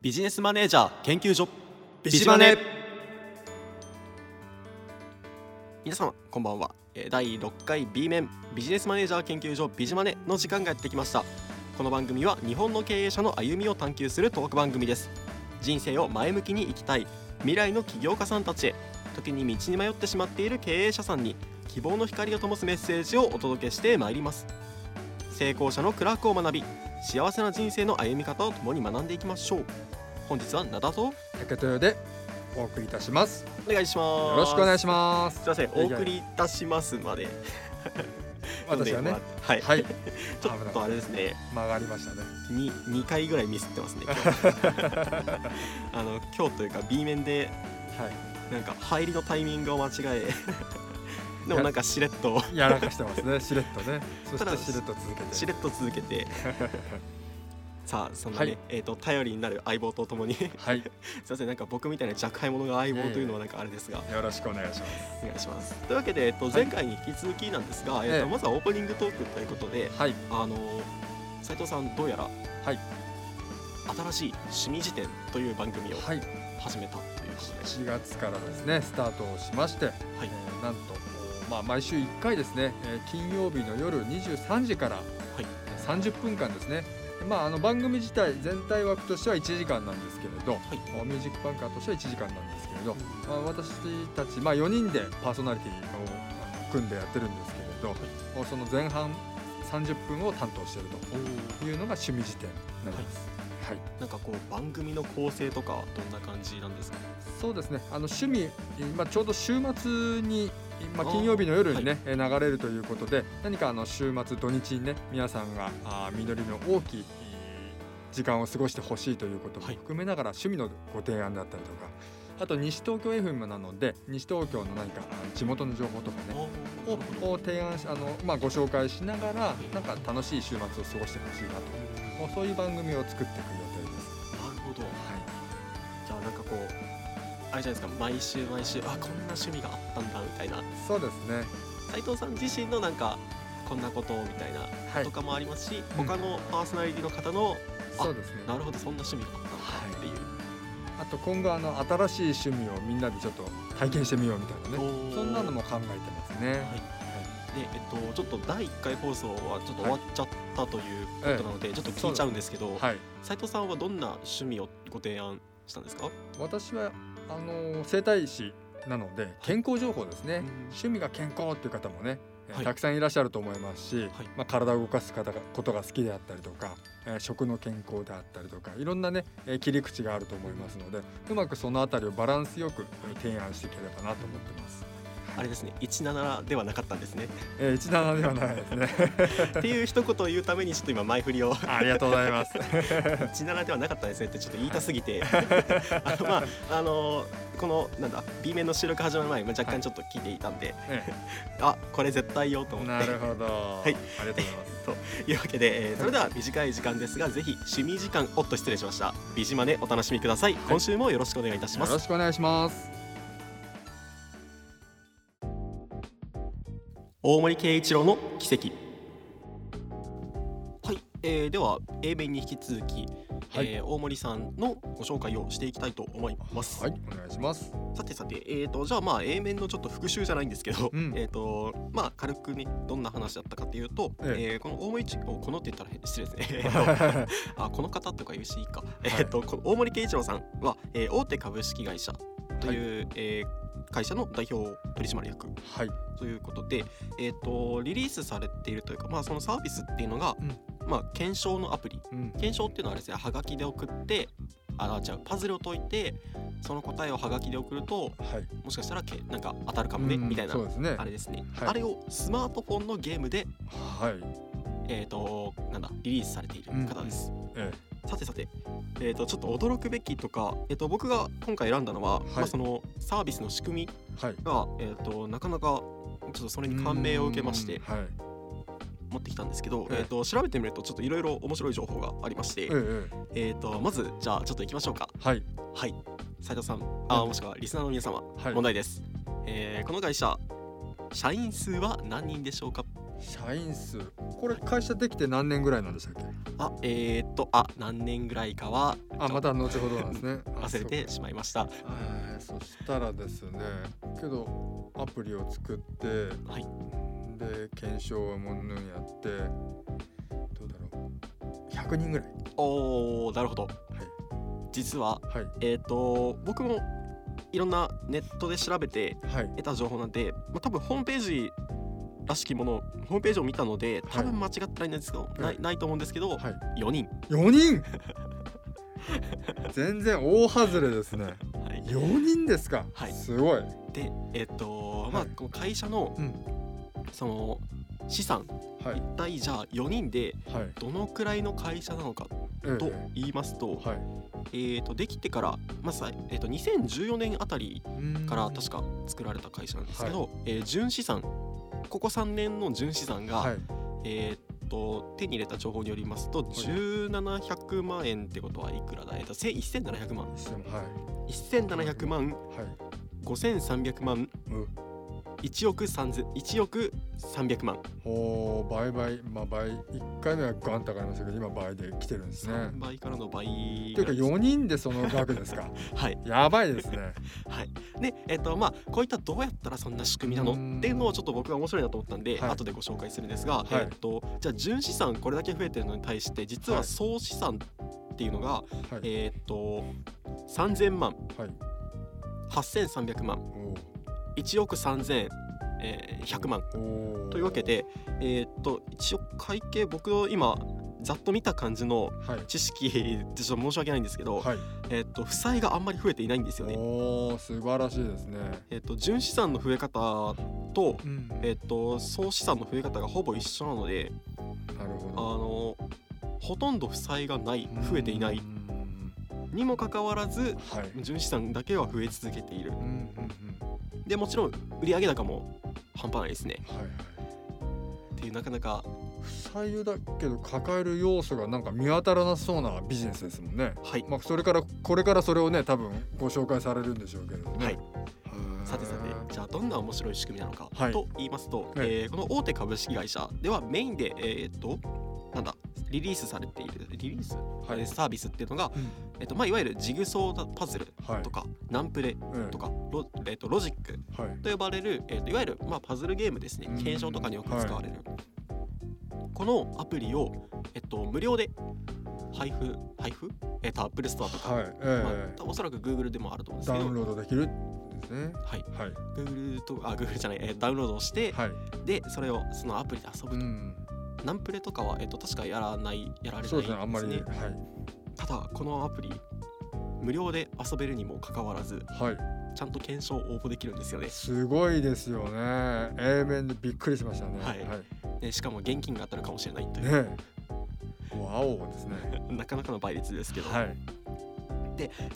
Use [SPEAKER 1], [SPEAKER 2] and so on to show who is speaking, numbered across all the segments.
[SPEAKER 1] ビジネスマネージャー研究所ビ
[SPEAKER 2] ジマネ
[SPEAKER 1] 皆様こんばんはえー第6回 B 面ビジネスマネージャー研究所ビジマネの時間がやってきましたこの番組は日本の経営者の歩みを探求するトーク番組です人生を前向きに生きたい未来の起業家さんたちへ時に道に迷ってしまっている経営者さんに希望の光を灯すメッセージをお届けしてまいります成功者の苦楽を学び幸せな人生の歩み方を共に学んでいきましょう本日は灘と
[SPEAKER 2] 竹豊でお送りいたします
[SPEAKER 1] お願いします
[SPEAKER 2] よろしくお願い
[SPEAKER 1] し
[SPEAKER 2] します
[SPEAKER 1] すいません
[SPEAKER 2] いや
[SPEAKER 1] お
[SPEAKER 2] いや
[SPEAKER 1] 送りいたしますまで読ん
[SPEAKER 2] 私
[SPEAKER 1] で
[SPEAKER 2] はね
[SPEAKER 1] もらってはい、
[SPEAKER 2] はい
[SPEAKER 1] ちょっとあれですね
[SPEAKER 2] 曲がりましたね
[SPEAKER 1] に2回ぐらいミスってますね今日 あの今日というか B 面で
[SPEAKER 2] は
[SPEAKER 1] なんか入りのタイミングを間違 えでもなんかしれっと
[SPEAKER 2] いやらかしてますねしれっとねそ
[SPEAKER 1] ただ
[SPEAKER 2] してしれっと続けて
[SPEAKER 1] しれっと続け てさあそんなね、
[SPEAKER 2] はい
[SPEAKER 1] えっ、と頼りになる相棒とともに すい
[SPEAKER 2] はいよ
[SPEAKER 1] ませんなんか僕みたいな若輩者が相棒というのはなんかあれですが
[SPEAKER 2] ろしくお願いします
[SPEAKER 1] お願いしますというわけで、えっと、前回に引き続きなんですが、えっ
[SPEAKER 2] ええ
[SPEAKER 1] と、まずはオープニングトークということで
[SPEAKER 2] はい
[SPEAKER 1] あの斉藤さんどうやら、
[SPEAKER 2] はい
[SPEAKER 1] 新しい趣味辞典という番組を
[SPEAKER 2] はい
[SPEAKER 1] 始めたということで、
[SPEAKER 2] 4月からですねスタートをしまして、えーなんとまあ毎週1回ですね、えー金曜日の夜23時から、
[SPEAKER 1] い
[SPEAKER 2] えー30分間ですねまあ、あの番組自体全体枠としては1時間なんですけれど、
[SPEAKER 1] は
[SPEAKER 2] ミュージックバンカーとしては1時間なんですけれど、まあ、私たち、まあ、4人でパーソナリティをあの組んでやってるんですけれど、その前半30分を担当している
[SPEAKER 1] おー
[SPEAKER 2] というのが趣味辞典になります。はい
[SPEAKER 1] なんかこう番組の構成とかどんな感じなんですか
[SPEAKER 2] そうですねあの趣味、まあ、ちょうど週末に、まあ、金曜日の夜に、ねえ流れるということで何かあの週末土日にね皆さんがあー実りの大きいえー時間を過ごしてほしいということも
[SPEAKER 1] はい
[SPEAKER 2] 含めながら趣味のご提案だったりとか、あと西東京 FM なので西東京の何かあの地元の情報とかね
[SPEAKER 1] お
[SPEAKER 2] を
[SPEAKER 1] ー
[SPEAKER 2] を提案しあの、まあ、ご紹介しながらなんか楽しい週末を過ごしてほしいなともうそういう番組を作っていく予定です。
[SPEAKER 1] なるほど
[SPEAKER 2] は、
[SPEAKER 1] じゃあなんかこうあれじゃないですか毎週毎週あこんな趣味があったんだみたいない
[SPEAKER 2] そうですね、
[SPEAKER 1] 斉藤さん自身のなんかこんなことみたいな
[SPEAKER 2] はい
[SPEAKER 1] と、かもありますし、
[SPEAKER 2] うん
[SPEAKER 1] 他のパーソナリティの方の
[SPEAKER 2] そうですね
[SPEAKER 1] なるほどそんな趣味があったんだっていう、
[SPEAKER 2] あと今後あの新しい趣味をみんなでちょっと体験してみようみたいなね
[SPEAKER 1] おー
[SPEAKER 2] そんなのも考えてますね、
[SPEAKER 1] はいでえっとちょっと第1回放送はちょっと終わっちゃったということなので、ちょっと聞いちゃうんですけど、
[SPEAKER 2] はい
[SPEAKER 1] 斉藤さんはどんな趣味をご提案したんですか
[SPEAKER 2] 私はあのー整体師なので健康情報ですね、
[SPEAKER 1] うん
[SPEAKER 2] 趣味が健康っていう方もね、えー
[SPEAKER 1] はい
[SPEAKER 2] たくさんいらっしゃると思いますし、
[SPEAKER 1] はい
[SPEAKER 2] まあ、体を動かす方がことが好きであったりとか、えー食の健康であったりとかいろんなね、えー切り口があると思いますのでうまくそのあたりをバランスよくえー提案していければなと思ってます。
[SPEAKER 1] あれですね17ではなかったんですね
[SPEAKER 2] えー、17ではないですね。
[SPEAKER 1] っていう一言を言うためにちょっと今前振り を
[SPEAKER 2] ありがとうございます。
[SPEAKER 1] 17ではなかったですねってちょっと言いたすぎて あのまああのこのなんだ B 面の収録始まる前にまあ若干ちょっと聞いていたんで、
[SPEAKER 2] ええ
[SPEAKER 1] あこれ絶対よと思って
[SPEAKER 2] なる
[SPEAKER 1] い
[SPEAKER 2] ほど。ありがとうございます。
[SPEAKER 1] というわけで、えーそれでは短い時間ですがぜひ趣味時間おっと失礼しましたビジマネお楽しみください今週もよろしくお願いいたしま
[SPEAKER 2] よろ
[SPEAKER 1] す
[SPEAKER 2] しくお願いします。
[SPEAKER 1] 大森圭一郎の奇跡はい、えー、では A 面に引き続き、
[SPEAKER 2] はい
[SPEAKER 1] えー大森さんのご紹介をしていきたいと思います、
[SPEAKER 2] はい、お願いします。
[SPEAKER 1] さてさて、えー、とじゃあまあ A 面のちょっと復習じゃないんですけど、
[SPEAKER 2] うん
[SPEAKER 1] えーとまあ、軽くねどんな話だったかというと、え
[SPEAKER 2] ええ
[SPEAKER 1] ーこの大森ちおこのって言ったら変失礼です ねえーと
[SPEAKER 2] は
[SPEAKER 1] あこの方とか言うしいいか、えー、とこの大森圭一郎さんは、えー大手株式会社という、えー会社の代表取締役
[SPEAKER 2] い、
[SPEAKER 1] ということで、えー、とリリースされているというか、まあ、そのサービスっていうのが、
[SPEAKER 2] うん
[SPEAKER 1] まあ、検証のアプリ
[SPEAKER 2] うん、
[SPEAKER 1] 検証っていうのはあれですねはがきで送ってあ違うパズルを解いてその答えをはがきで送ると
[SPEAKER 2] はい。
[SPEAKER 1] もしかしたらけなんか当たるかもね、みたいな
[SPEAKER 2] そうですね。
[SPEAKER 1] あれですね、
[SPEAKER 2] はい
[SPEAKER 1] あれをスマートフォンのゲームで
[SPEAKER 2] はい。
[SPEAKER 1] えっ、となんだリリースされている方です、
[SPEAKER 2] え
[SPEAKER 1] さてさてえっ、とちょっと驚くべきとかえっ、と僕が今回選んだのは、
[SPEAKER 2] い
[SPEAKER 1] まあそのサービスの仕組み
[SPEAKER 2] え、はい。
[SPEAKER 1] がえっ、となかなかちょっとそれに感銘を受けまして
[SPEAKER 2] うんはい。
[SPEAKER 1] 持ってきたんですけど、
[SPEAKER 2] ええ
[SPEAKER 1] えっ、と調べてみるとちょっといろいろ面白い情報がありまして、
[SPEAKER 2] えええ
[SPEAKER 1] えっ、とまずじゃあちょっと行きましょうか
[SPEAKER 2] え、はい。
[SPEAKER 1] はい斉藤さんあ
[SPEAKER 2] うん
[SPEAKER 1] もしくはリスナーの皆様
[SPEAKER 2] はい。
[SPEAKER 1] 問題です、えーこの会社社員数は何人でしょうか
[SPEAKER 2] 社員数これ会社できて何年ぐらいなんでしたっけ
[SPEAKER 1] あえー、っとあ何年ぐらいかは
[SPEAKER 2] あまた後ほどなんで すねあ
[SPEAKER 1] 忘れてしまいました
[SPEAKER 2] そうえーそしたらですねけどアプリを作って、
[SPEAKER 1] はい
[SPEAKER 2] で検証もんぬんやってどうだろう100人ぐらい
[SPEAKER 1] おーなるほど
[SPEAKER 2] は
[SPEAKER 1] 実はいえー、っと僕もいろんなネットで調べて
[SPEAKER 2] はいはい
[SPEAKER 1] 得た情報なんで、まあ、多分ホームページらしきものホームページを見たので多分間違ってないんですけど、ないないと思うんですけど、
[SPEAKER 2] はい
[SPEAKER 1] 4人、
[SPEAKER 2] 4人全然大外れですね
[SPEAKER 1] はい、
[SPEAKER 2] 4人ですか、
[SPEAKER 1] はい
[SPEAKER 2] すごい
[SPEAKER 1] でえっと、まあ
[SPEAKER 2] はい
[SPEAKER 1] この会社の、
[SPEAKER 2] うん
[SPEAKER 1] その資産
[SPEAKER 2] はい
[SPEAKER 1] 一体じゃあ4人で
[SPEAKER 2] はい
[SPEAKER 1] どのくらいの会社なのか
[SPEAKER 2] ええ
[SPEAKER 1] と言いますと,、
[SPEAKER 2] はい
[SPEAKER 1] えー、とできてから、まあさえー、と2014年あたりから確
[SPEAKER 2] か
[SPEAKER 1] か作られた会社なんですけど、えー純資産ここ3年の純資産が、
[SPEAKER 2] はい
[SPEAKER 1] えー、と手に入れた情報によりますと1700万円ってことはいくらだえっとせ1700万
[SPEAKER 2] してもはい
[SPEAKER 1] 1700万
[SPEAKER 2] はい
[SPEAKER 1] 5300万
[SPEAKER 2] うん
[SPEAKER 1] 1億3000 1億300万
[SPEAKER 2] おー倍倍まあ倍1回目はガンと上がりましたけど今倍で来てるんですね
[SPEAKER 1] 3倍からの倍
[SPEAKER 2] というか
[SPEAKER 1] ぐらい
[SPEAKER 2] 4人でその額で すか
[SPEAKER 1] はい
[SPEAKER 2] やばいですね
[SPEAKER 1] はいでえっ、とまあこういったどうやったらそんな仕組みなの
[SPEAKER 2] うん
[SPEAKER 1] っていうのをちょっと僕が面白いなと思ったんで、
[SPEAKER 2] はい
[SPEAKER 1] 後でご紹介するんですが、
[SPEAKER 2] い
[SPEAKER 1] えっ、とじゃあ純資産これだけ増えてるのに対して実は
[SPEAKER 2] はい
[SPEAKER 1] 総資産っていうのが、
[SPEAKER 2] はい
[SPEAKER 1] えっ、と3000万
[SPEAKER 2] はい
[SPEAKER 1] 8300万
[SPEAKER 2] おー
[SPEAKER 1] 1億3100、えー100万
[SPEAKER 2] おー
[SPEAKER 1] というわけで、えーっと一応会計僕の今ざっと見た感じの
[SPEAKER 2] はい
[SPEAKER 1] 知識でちょっと申し訳ないんですけど、
[SPEAKER 2] はい
[SPEAKER 1] えーっと負債があんまり増えていないんですよね。
[SPEAKER 2] おー素晴らしいですね
[SPEAKER 1] えーっと純資産の増え方と,、
[SPEAKER 2] うん
[SPEAKER 1] えーっと総資産の増え方がほぼ一緒なので
[SPEAKER 2] なる
[SPEAKER 1] あ
[SPEAKER 2] ほ
[SPEAKER 1] のほとんど負債がない
[SPEAKER 2] ど
[SPEAKER 1] 増えていな
[SPEAKER 2] う
[SPEAKER 1] い
[SPEAKER 2] ん
[SPEAKER 1] にもかかわらず
[SPEAKER 2] はい
[SPEAKER 1] 純資産だけは増え続けている
[SPEAKER 2] うんうんうん
[SPEAKER 1] でもちろん売上高も半端ないですね
[SPEAKER 2] はいはい
[SPEAKER 1] っていうなかなか
[SPEAKER 2] 負債だけど抱える要素がなんか見当たらなそうなビジネスですもんね
[SPEAKER 1] はい
[SPEAKER 2] まあ、それからこれからそれをね多分ご紹介されるんでしょうけれどね。
[SPEAKER 1] はい
[SPEAKER 2] へー
[SPEAKER 1] さてさてじゃあどんな面白い仕組みなのか、
[SPEAKER 2] はい
[SPEAKER 1] と言いますと、
[SPEAKER 2] え
[SPEAKER 1] えーこの大手株式会社ではメインでえーっとなんだリリースされているリリース、
[SPEAKER 2] はい
[SPEAKER 1] えーサービスっていうのが、
[SPEAKER 2] うん
[SPEAKER 1] えっとまあ、いわゆるジグソーパズル
[SPEAKER 2] はい
[SPEAKER 1] とか、ナンプレ
[SPEAKER 2] うん
[SPEAKER 1] とかロ,、えっとロジック
[SPEAKER 2] はい
[SPEAKER 1] と呼ばれる、えっといわゆる、まあ、パズルゲームですね
[SPEAKER 2] うん
[SPEAKER 1] 検証とかによく使われる、このアプリを、えっと無料で配布配布、えっと Apple ストアとか、
[SPEAKER 2] はいえ
[SPEAKER 1] ま
[SPEAKER 2] え
[SPEAKER 1] あ、おそらく Google でもあると思うんです
[SPEAKER 2] ダ
[SPEAKER 1] け
[SPEAKER 2] ウ
[SPEAKER 1] ど
[SPEAKER 2] ンロードできるんですね。
[SPEAKER 1] はい、
[SPEAKER 2] はい
[SPEAKER 1] Google とあ Google じゃない、えーダウンロードをして、
[SPEAKER 2] はい。
[SPEAKER 1] でそれをそのアプリで遊ぶ
[SPEAKER 2] う
[SPEAKER 1] と、
[SPEAKER 2] ん
[SPEAKER 1] ナンプレとかは、えっと確かやらないやられない
[SPEAKER 2] そうですねあんまり
[SPEAKER 1] ですね
[SPEAKER 2] はい
[SPEAKER 1] ただこのアプリ無料で遊べるにもかかわらず
[SPEAKER 2] は
[SPEAKER 1] ちゃんと検証応募できるんですよね
[SPEAKER 2] いすごいですよね。A 面でびっくりしましたね。
[SPEAKER 1] はい
[SPEAKER 2] はい、
[SPEAKER 1] でしかも現金が当たるかもしれないという、
[SPEAKER 2] ねえ。わおですね。
[SPEAKER 1] なかなかの倍率ですけど、
[SPEAKER 2] はい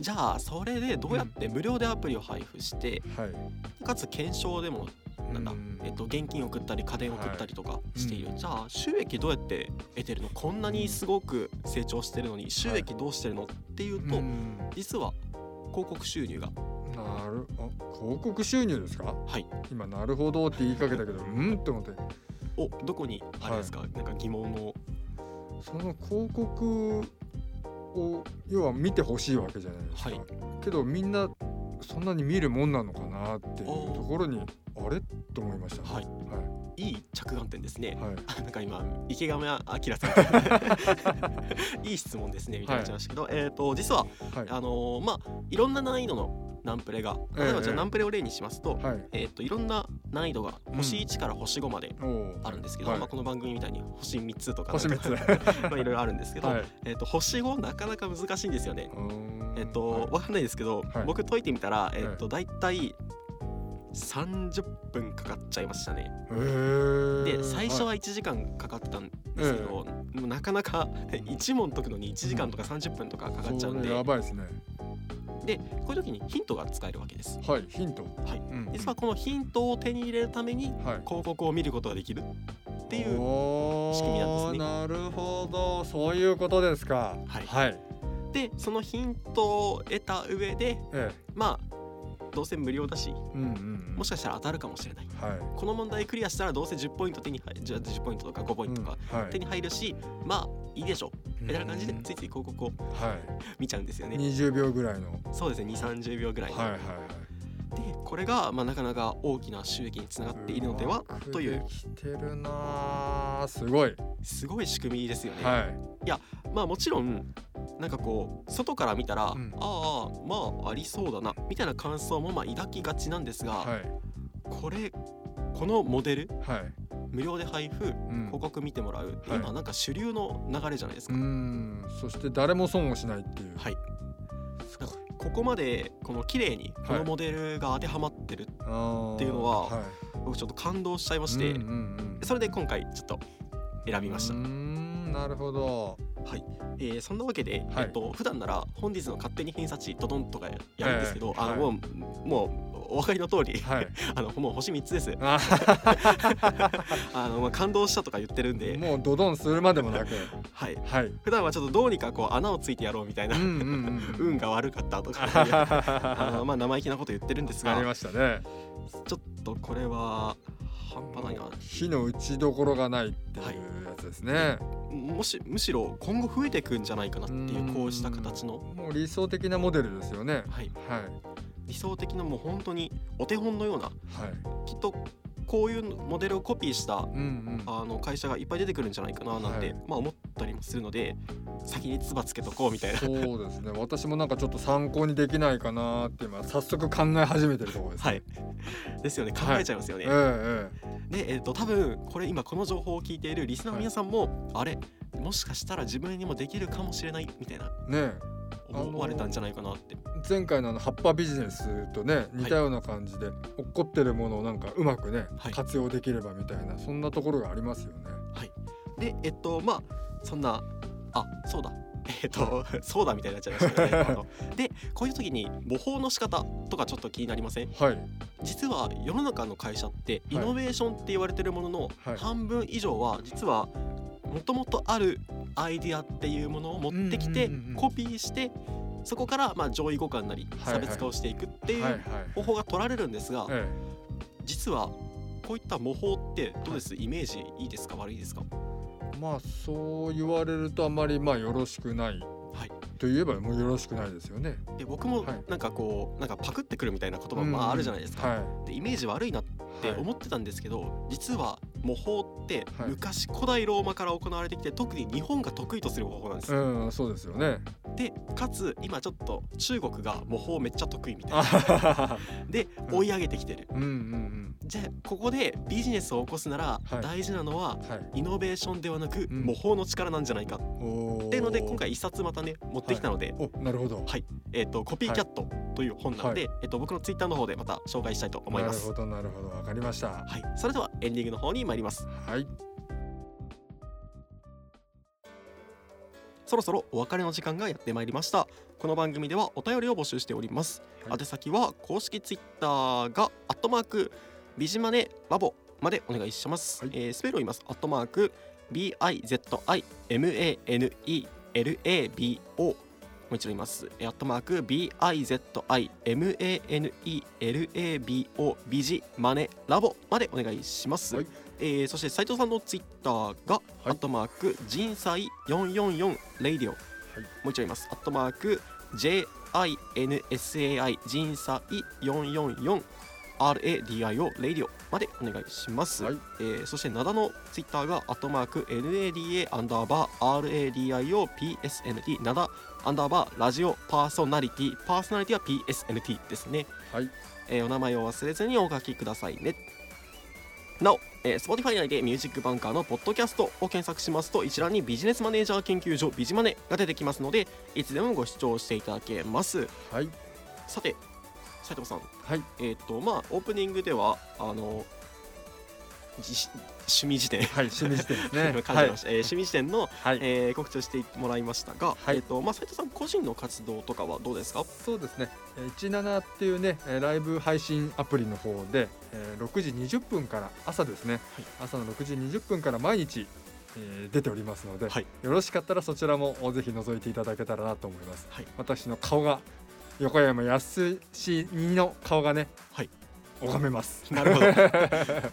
[SPEAKER 1] じゃあそれでどうやって無料でアプリを配布して、
[SPEAKER 2] はい。
[SPEAKER 1] かつ検証でもなんだ、
[SPEAKER 2] う
[SPEAKER 1] えっと、現金送ったり家電送ったりとかしている、
[SPEAKER 2] う
[SPEAKER 1] じゃあ収益どうやって得てるのこんなにすごく成長してるのに収益どうしてるのっていうと、
[SPEAKER 2] うん
[SPEAKER 1] 実は広告収入が
[SPEAKER 2] なるあ広告収入ですか
[SPEAKER 1] はい
[SPEAKER 2] 今「なるほど」って言いかけたけどうんって思って
[SPEAKER 1] おどこにあれですか、なんか疑問を
[SPEAKER 2] その広告を要は見てほしいわけじゃないですか、
[SPEAKER 1] はい
[SPEAKER 2] けどみんなそんなに見るもんなのかなっていうところにあれと思いましたね、
[SPEAKER 1] はいいい着眼点ですね、
[SPEAKER 2] はい
[SPEAKER 1] なんか今池上彰さ んいい質問ですねみたいになっちゃいましたけど、えっ、と実は
[SPEAKER 2] はい
[SPEAKER 1] あのーまあいろんな難易度のナンプレが例え
[SPEAKER 2] え
[SPEAKER 1] ば
[SPEAKER 2] え
[SPEAKER 1] じゃあナンプレを例にしますと、
[SPEAKER 2] はい
[SPEAKER 1] えっ、といろんな難易度が星1から星5まで
[SPEAKER 2] おお
[SPEAKER 1] あるんですけど、
[SPEAKER 2] はい
[SPEAKER 1] まあ、この番組みたいに星3つとか
[SPEAKER 2] 星
[SPEAKER 1] なん
[SPEAKER 2] 三
[SPEAKER 1] か
[SPEAKER 2] つ
[SPEAKER 1] まあいろいろあるんですけど、
[SPEAKER 2] はい
[SPEAKER 1] えっと星5なかなか難しいんですよね。えっと、
[SPEAKER 2] は
[SPEAKER 1] わかんないですけど、
[SPEAKER 2] はい
[SPEAKER 1] 僕解いてみたら、えっと、
[SPEAKER 2] は
[SPEAKER 1] 大体30分かかっちゃいましたね。
[SPEAKER 2] い、へー
[SPEAKER 1] で、最初
[SPEAKER 2] は
[SPEAKER 1] は1時間かかってたんですけど、もうなかなか1問解くのに1時間とか30分とかかかっちゃうん
[SPEAKER 2] そ
[SPEAKER 1] で、
[SPEAKER 2] れやばいですね
[SPEAKER 1] で、こういう時にヒントが使えるわけです。
[SPEAKER 2] はいヒント
[SPEAKER 1] はい
[SPEAKER 2] うん
[SPEAKER 1] 実はこのヒントを手に入れるために
[SPEAKER 2] はい
[SPEAKER 1] 広告を見ることができるっていう、仕組みなんですね
[SPEAKER 2] おーなるほどそういうことですか
[SPEAKER 1] はい
[SPEAKER 2] はい
[SPEAKER 1] で、そのヒントを得た上で、
[SPEAKER 2] え
[SPEAKER 1] まあどうせ無料だし
[SPEAKER 2] うんうん
[SPEAKER 1] もしかしたら当たるかもしれない
[SPEAKER 2] はい
[SPEAKER 1] この問題クリアしたらどうせ10ポイント手に入じゃあ10ポイントとか5ポイントとか
[SPEAKER 2] うんはい
[SPEAKER 1] 手に入るし、まあいいでしょうみたいな感じで
[SPEAKER 2] うん
[SPEAKER 1] ついつい広告を
[SPEAKER 2] は
[SPEAKER 1] 見ちゃうんですよ
[SPEAKER 2] い
[SPEAKER 1] ね
[SPEAKER 2] 20秒ぐらいの
[SPEAKER 1] そうですね2 3 0秒ぐらい、
[SPEAKER 2] はいはいはい
[SPEAKER 1] でこれが、まあ、なかなか大きな収益につながっているのでは
[SPEAKER 2] うまく
[SPEAKER 1] という
[SPEAKER 2] できてるなあすごい
[SPEAKER 1] すごい仕組みですよね、
[SPEAKER 2] はい
[SPEAKER 1] まあもちろんなんかこう外から見たら、
[SPEAKER 2] うん
[SPEAKER 1] ああまあありそうだなみたいな感想もまあ抱きがちなんですが、
[SPEAKER 2] はい
[SPEAKER 1] これこのモデル
[SPEAKER 2] はい
[SPEAKER 1] 無料で配布広
[SPEAKER 2] うん
[SPEAKER 1] 告見てもらうって、
[SPEAKER 2] はい
[SPEAKER 1] 今なんか主流の流れじゃないです
[SPEAKER 2] う
[SPEAKER 1] か、
[SPEAKER 2] んそして誰も損をしないっていう
[SPEAKER 1] はい
[SPEAKER 2] すごい
[SPEAKER 1] ここまでこの綺麗にこのモデルが当てはまってる、
[SPEAKER 2] あー
[SPEAKER 1] っていうのはい僕ちょっと感動しちゃいまして、
[SPEAKER 2] うんうんうん
[SPEAKER 1] それで今回ちょっと選びました、
[SPEAKER 2] うーんなるほど
[SPEAKER 1] えーそんなわけで、
[SPEAKER 2] はい
[SPEAKER 1] えっと普段なら本日の勝手に偏差値ドドンとかやるんですけど、
[SPEAKER 2] ええ
[SPEAKER 1] あの、
[SPEAKER 2] は
[SPEAKER 1] もうもうお分かりの通り、
[SPEAKER 2] はい
[SPEAKER 1] あのもう星3つです
[SPEAKER 2] あ
[SPEAKER 1] あの、まあ、感動したとか言ってるんで、
[SPEAKER 2] もうドドンするまでもなく
[SPEAKER 1] はい、
[SPEAKER 2] はい
[SPEAKER 1] 普段はちょっとどうにかこう穴をついてやろうみたいな、
[SPEAKER 2] うんうんうん
[SPEAKER 1] 運が悪かったとか あの
[SPEAKER 2] あ
[SPEAKER 1] まあ生意気なこと言ってるんです
[SPEAKER 2] り
[SPEAKER 1] が
[SPEAKER 2] ましたね
[SPEAKER 1] ちょっとこれは半端ないな
[SPEAKER 2] 火の打ちどころがないっていうやつですね、
[SPEAKER 1] もしむしろ今後増えていくんじゃないかなっていううんこうした形の、
[SPEAKER 2] もう理想的なモデルですよね
[SPEAKER 1] はい、
[SPEAKER 2] はい
[SPEAKER 1] 理想的なもう本当にお手本のような
[SPEAKER 2] はい
[SPEAKER 1] きっとこういうモデルをコピーした
[SPEAKER 2] うんうん
[SPEAKER 1] あの会社がいっぱい出てくるんじゃないかななんて、
[SPEAKER 2] はい
[SPEAKER 1] まあ思ったりもするので先に唾つけとこうみたいな
[SPEAKER 2] そうですね私もなんかちょっと参考にできないかなって今早速考え始めてるところです、
[SPEAKER 1] はいですよね考えちゃいますよね、
[SPEAKER 2] えええ
[SPEAKER 1] でえっ、と多分これ今この情報を聞いているリスナーの皆さんも、あれもしかしたら自分にもできるかもしれないみたいな
[SPEAKER 2] えねえ
[SPEAKER 1] 思われたんじゃないかなって、
[SPEAKER 2] 前回のあの葉っぱビジネスとね似たような感じで、落っこってるものをなんかうまくね、
[SPEAKER 1] はい
[SPEAKER 2] 活用できればみたいなそんなところがありますよね。
[SPEAKER 1] でえっ、とまあそんなあそうだ えっ、 とそうだみたいになっちゃいましたけどねあのでこういう時に母法の仕方とかちょっと気になりません
[SPEAKER 2] はい
[SPEAKER 1] 実は世の中の会社ってイノベーションって言われてるものの
[SPEAKER 2] はい
[SPEAKER 1] 半分以上は実はもともとあるアイディアっていうものを持ってきて
[SPEAKER 2] うんうんうんうん
[SPEAKER 1] コピーしてそこからまあ上位互換なり
[SPEAKER 2] はい
[SPEAKER 1] 差
[SPEAKER 2] はい
[SPEAKER 1] 別化をしていくってい。
[SPEAKER 2] はいはいう
[SPEAKER 1] 方法が取られるんですが
[SPEAKER 2] え
[SPEAKER 1] 実はこういった模倣ってどうですイメージいいですか悪いですか
[SPEAKER 2] え、まあそう言われるとあんまりまあよろしくない、
[SPEAKER 1] い
[SPEAKER 2] といえばもうよろしくないですよね。
[SPEAKER 1] で僕も
[SPEAKER 2] はい
[SPEAKER 1] なんかこうなんかパクってくるみたいな言葉
[SPEAKER 2] うん
[SPEAKER 1] もまああるじゃないですか。
[SPEAKER 2] はい
[SPEAKER 1] でイメージ悪いなっって
[SPEAKER 2] はい
[SPEAKER 1] 思ってたんですけど、実は模倣って
[SPEAKER 2] はい
[SPEAKER 1] 昔古代ローマから行われてきて特に日本が得意とする方法なんです、
[SPEAKER 2] うんそうですよね。
[SPEAKER 1] でかつ今ちょっと中国が模倣めっちゃ得意みたい
[SPEAKER 2] あ
[SPEAKER 1] な
[SPEAKER 2] はははは
[SPEAKER 1] で
[SPEAKER 2] うん
[SPEAKER 1] 追い上げてきてる、
[SPEAKER 2] うんうん
[SPEAKER 1] じゃあここでビジネスを起こすなら
[SPEAKER 2] はい
[SPEAKER 1] 大事なのは
[SPEAKER 2] うんはい。
[SPEAKER 1] イノベーションではなく
[SPEAKER 2] うん
[SPEAKER 1] 模倣の力なんじゃないか、
[SPEAKER 2] おー
[SPEAKER 1] っていうので今回一冊またね持ってきたので、
[SPEAKER 2] おなるほど。
[SPEAKER 1] えっとコピーキャットという本なので、えっと僕のツイッターの方でまた紹介したいと思いま
[SPEAKER 2] なる
[SPEAKER 1] す
[SPEAKER 2] ほどなるほどわかりました。
[SPEAKER 1] はい、それではエンディングの方に参ります
[SPEAKER 2] はい
[SPEAKER 1] そろそろお別れの時間がやってまいりましたこの番組ではお便りを募集しております、
[SPEAKER 2] はい
[SPEAKER 1] 宛先は公式ツイッターがアットマークビジマネラボまでお願いします、
[SPEAKER 2] はい
[SPEAKER 1] えースペルを言いますアットマーク BIZIMANELABO もう一度言いますえーアットマーク BIZIMANELABO ビジマネラボまでお願いします、
[SPEAKER 2] はい
[SPEAKER 1] えーそして斉藤さんのツイッターが、
[SPEAKER 2] い
[SPEAKER 1] アットマーク人災444レイディオ、もう一度言いますアットマーク JINSAI 人災 444RADIO レイディオまでお願いします、
[SPEAKER 2] はい
[SPEAKER 1] えーそして灘のツイッターがアットマーク NADA アンダーバー RADIOPSNT 灘アンダーバーラジオパーソナリティパーソナリティは PSNT ですね
[SPEAKER 2] はい
[SPEAKER 1] えーお名前を忘れずにお書きくださいねなお、えー、Spotify 内で「ミュージックバンカー」のポッドキャストを検索しますと一覧にビジネスマネージャー研究所ビジマネが出てきますのでいつでもご視聴していただけます
[SPEAKER 2] はい
[SPEAKER 1] さて斉藤さん
[SPEAKER 2] はい
[SPEAKER 1] えっ、とまあオープニングではあのじ趣味辞典。
[SPEAKER 2] はい清水店ですね
[SPEAKER 1] 感じました、えー趣味辞典の、
[SPEAKER 2] はいはい。
[SPEAKER 1] えー告知をしてもらいましたが、
[SPEAKER 2] はい
[SPEAKER 1] えっ、とまあ斉藤さん個人の活動とかはどうですか
[SPEAKER 2] そうですね。えー17っていうね、えーライブ配信アプリの方で、えー6時20分から朝ですね、朝の6時20分から毎日、えー出ておりますので、
[SPEAKER 1] はい
[SPEAKER 2] よろしかったらそちらもぜひ覗いていただけたらなと思います。
[SPEAKER 1] はい
[SPEAKER 2] 私の顔が横山やすしにの顔がね、
[SPEAKER 1] はい、
[SPEAKER 2] 拝めます。
[SPEAKER 1] なるほどごめん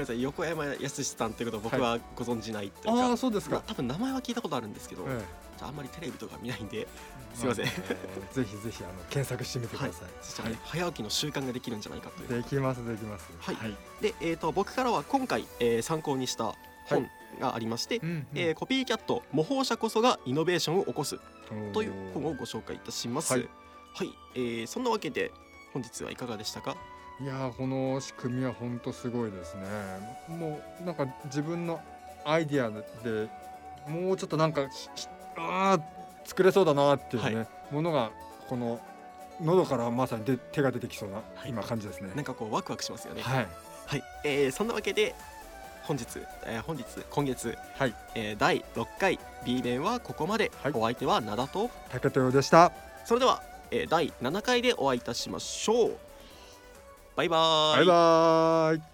[SPEAKER 1] なさい横山やすしさんっていうことを僕はご存じないというか、
[SPEAKER 2] ああ、そうです
[SPEAKER 1] まあ
[SPEAKER 2] か。
[SPEAKER 1] 多分名前は聞いたことあるんですけど、
[SPEAKER 2] え
[SPEAKER 1] ちょっとあんまりテレビとか見ないんで
[SPEAKER 2] え
[SPEAKER 1] すいません
[SPEAKER 2] あのぜひぜひあの検索してみてください。
[SPEAKER 1] そしたらね早起きの習慣ができるんじゃないかという
[SPEAKER 2] できますできます。
[SPEAKER 1] はいで、えー、と僕からは今回、えー参考にした本がありまして、
[SPEAKER 2] うんうん
[SPEAKER 1] えーコピーキャット模倣者こそがイノベーションを起こすという
[SPEAKER 2] お
[SPEAKER 1] 本
[SPEAKER 2] ー
[SPEAKER 1] をご紹介いたします。は
[SPEAKER 2] はいい、
[SPEAKER 1] えーそんなわけで本日はいかがでしたか。
[SPEAKER 2] いやーこの仕組みは本当すごいですねもうなんか自分のアイディアでもうちょっとなんかききあー作れそうだなっていうね、
[SPEAKER 1] は
[SPEAKER 2] ものがこの喉からまさにで手が出てきそうな、
[SPEAKER 1] はい
[SPEAKER 2] 今感じですね
[SPEAKER 1] なんかこうワクワクしますよね。はい、
[SPEAKER 2] はい
[SPEAKER 1] えーそんなわけで本日、えー本日今月、
[SPEAKER 2] はい
[SPEAKER 1] えー第6回 B 面はここまで、
[SPEAKER 2] はい
[SPEAKER 1] お相手は灘と
[SPEAKER 2] 竹豊でした
[SPEAKER 1] それでは、えー第7回でお会いいたしましょう。バイバー
[SPEAKER 2] バイバーイ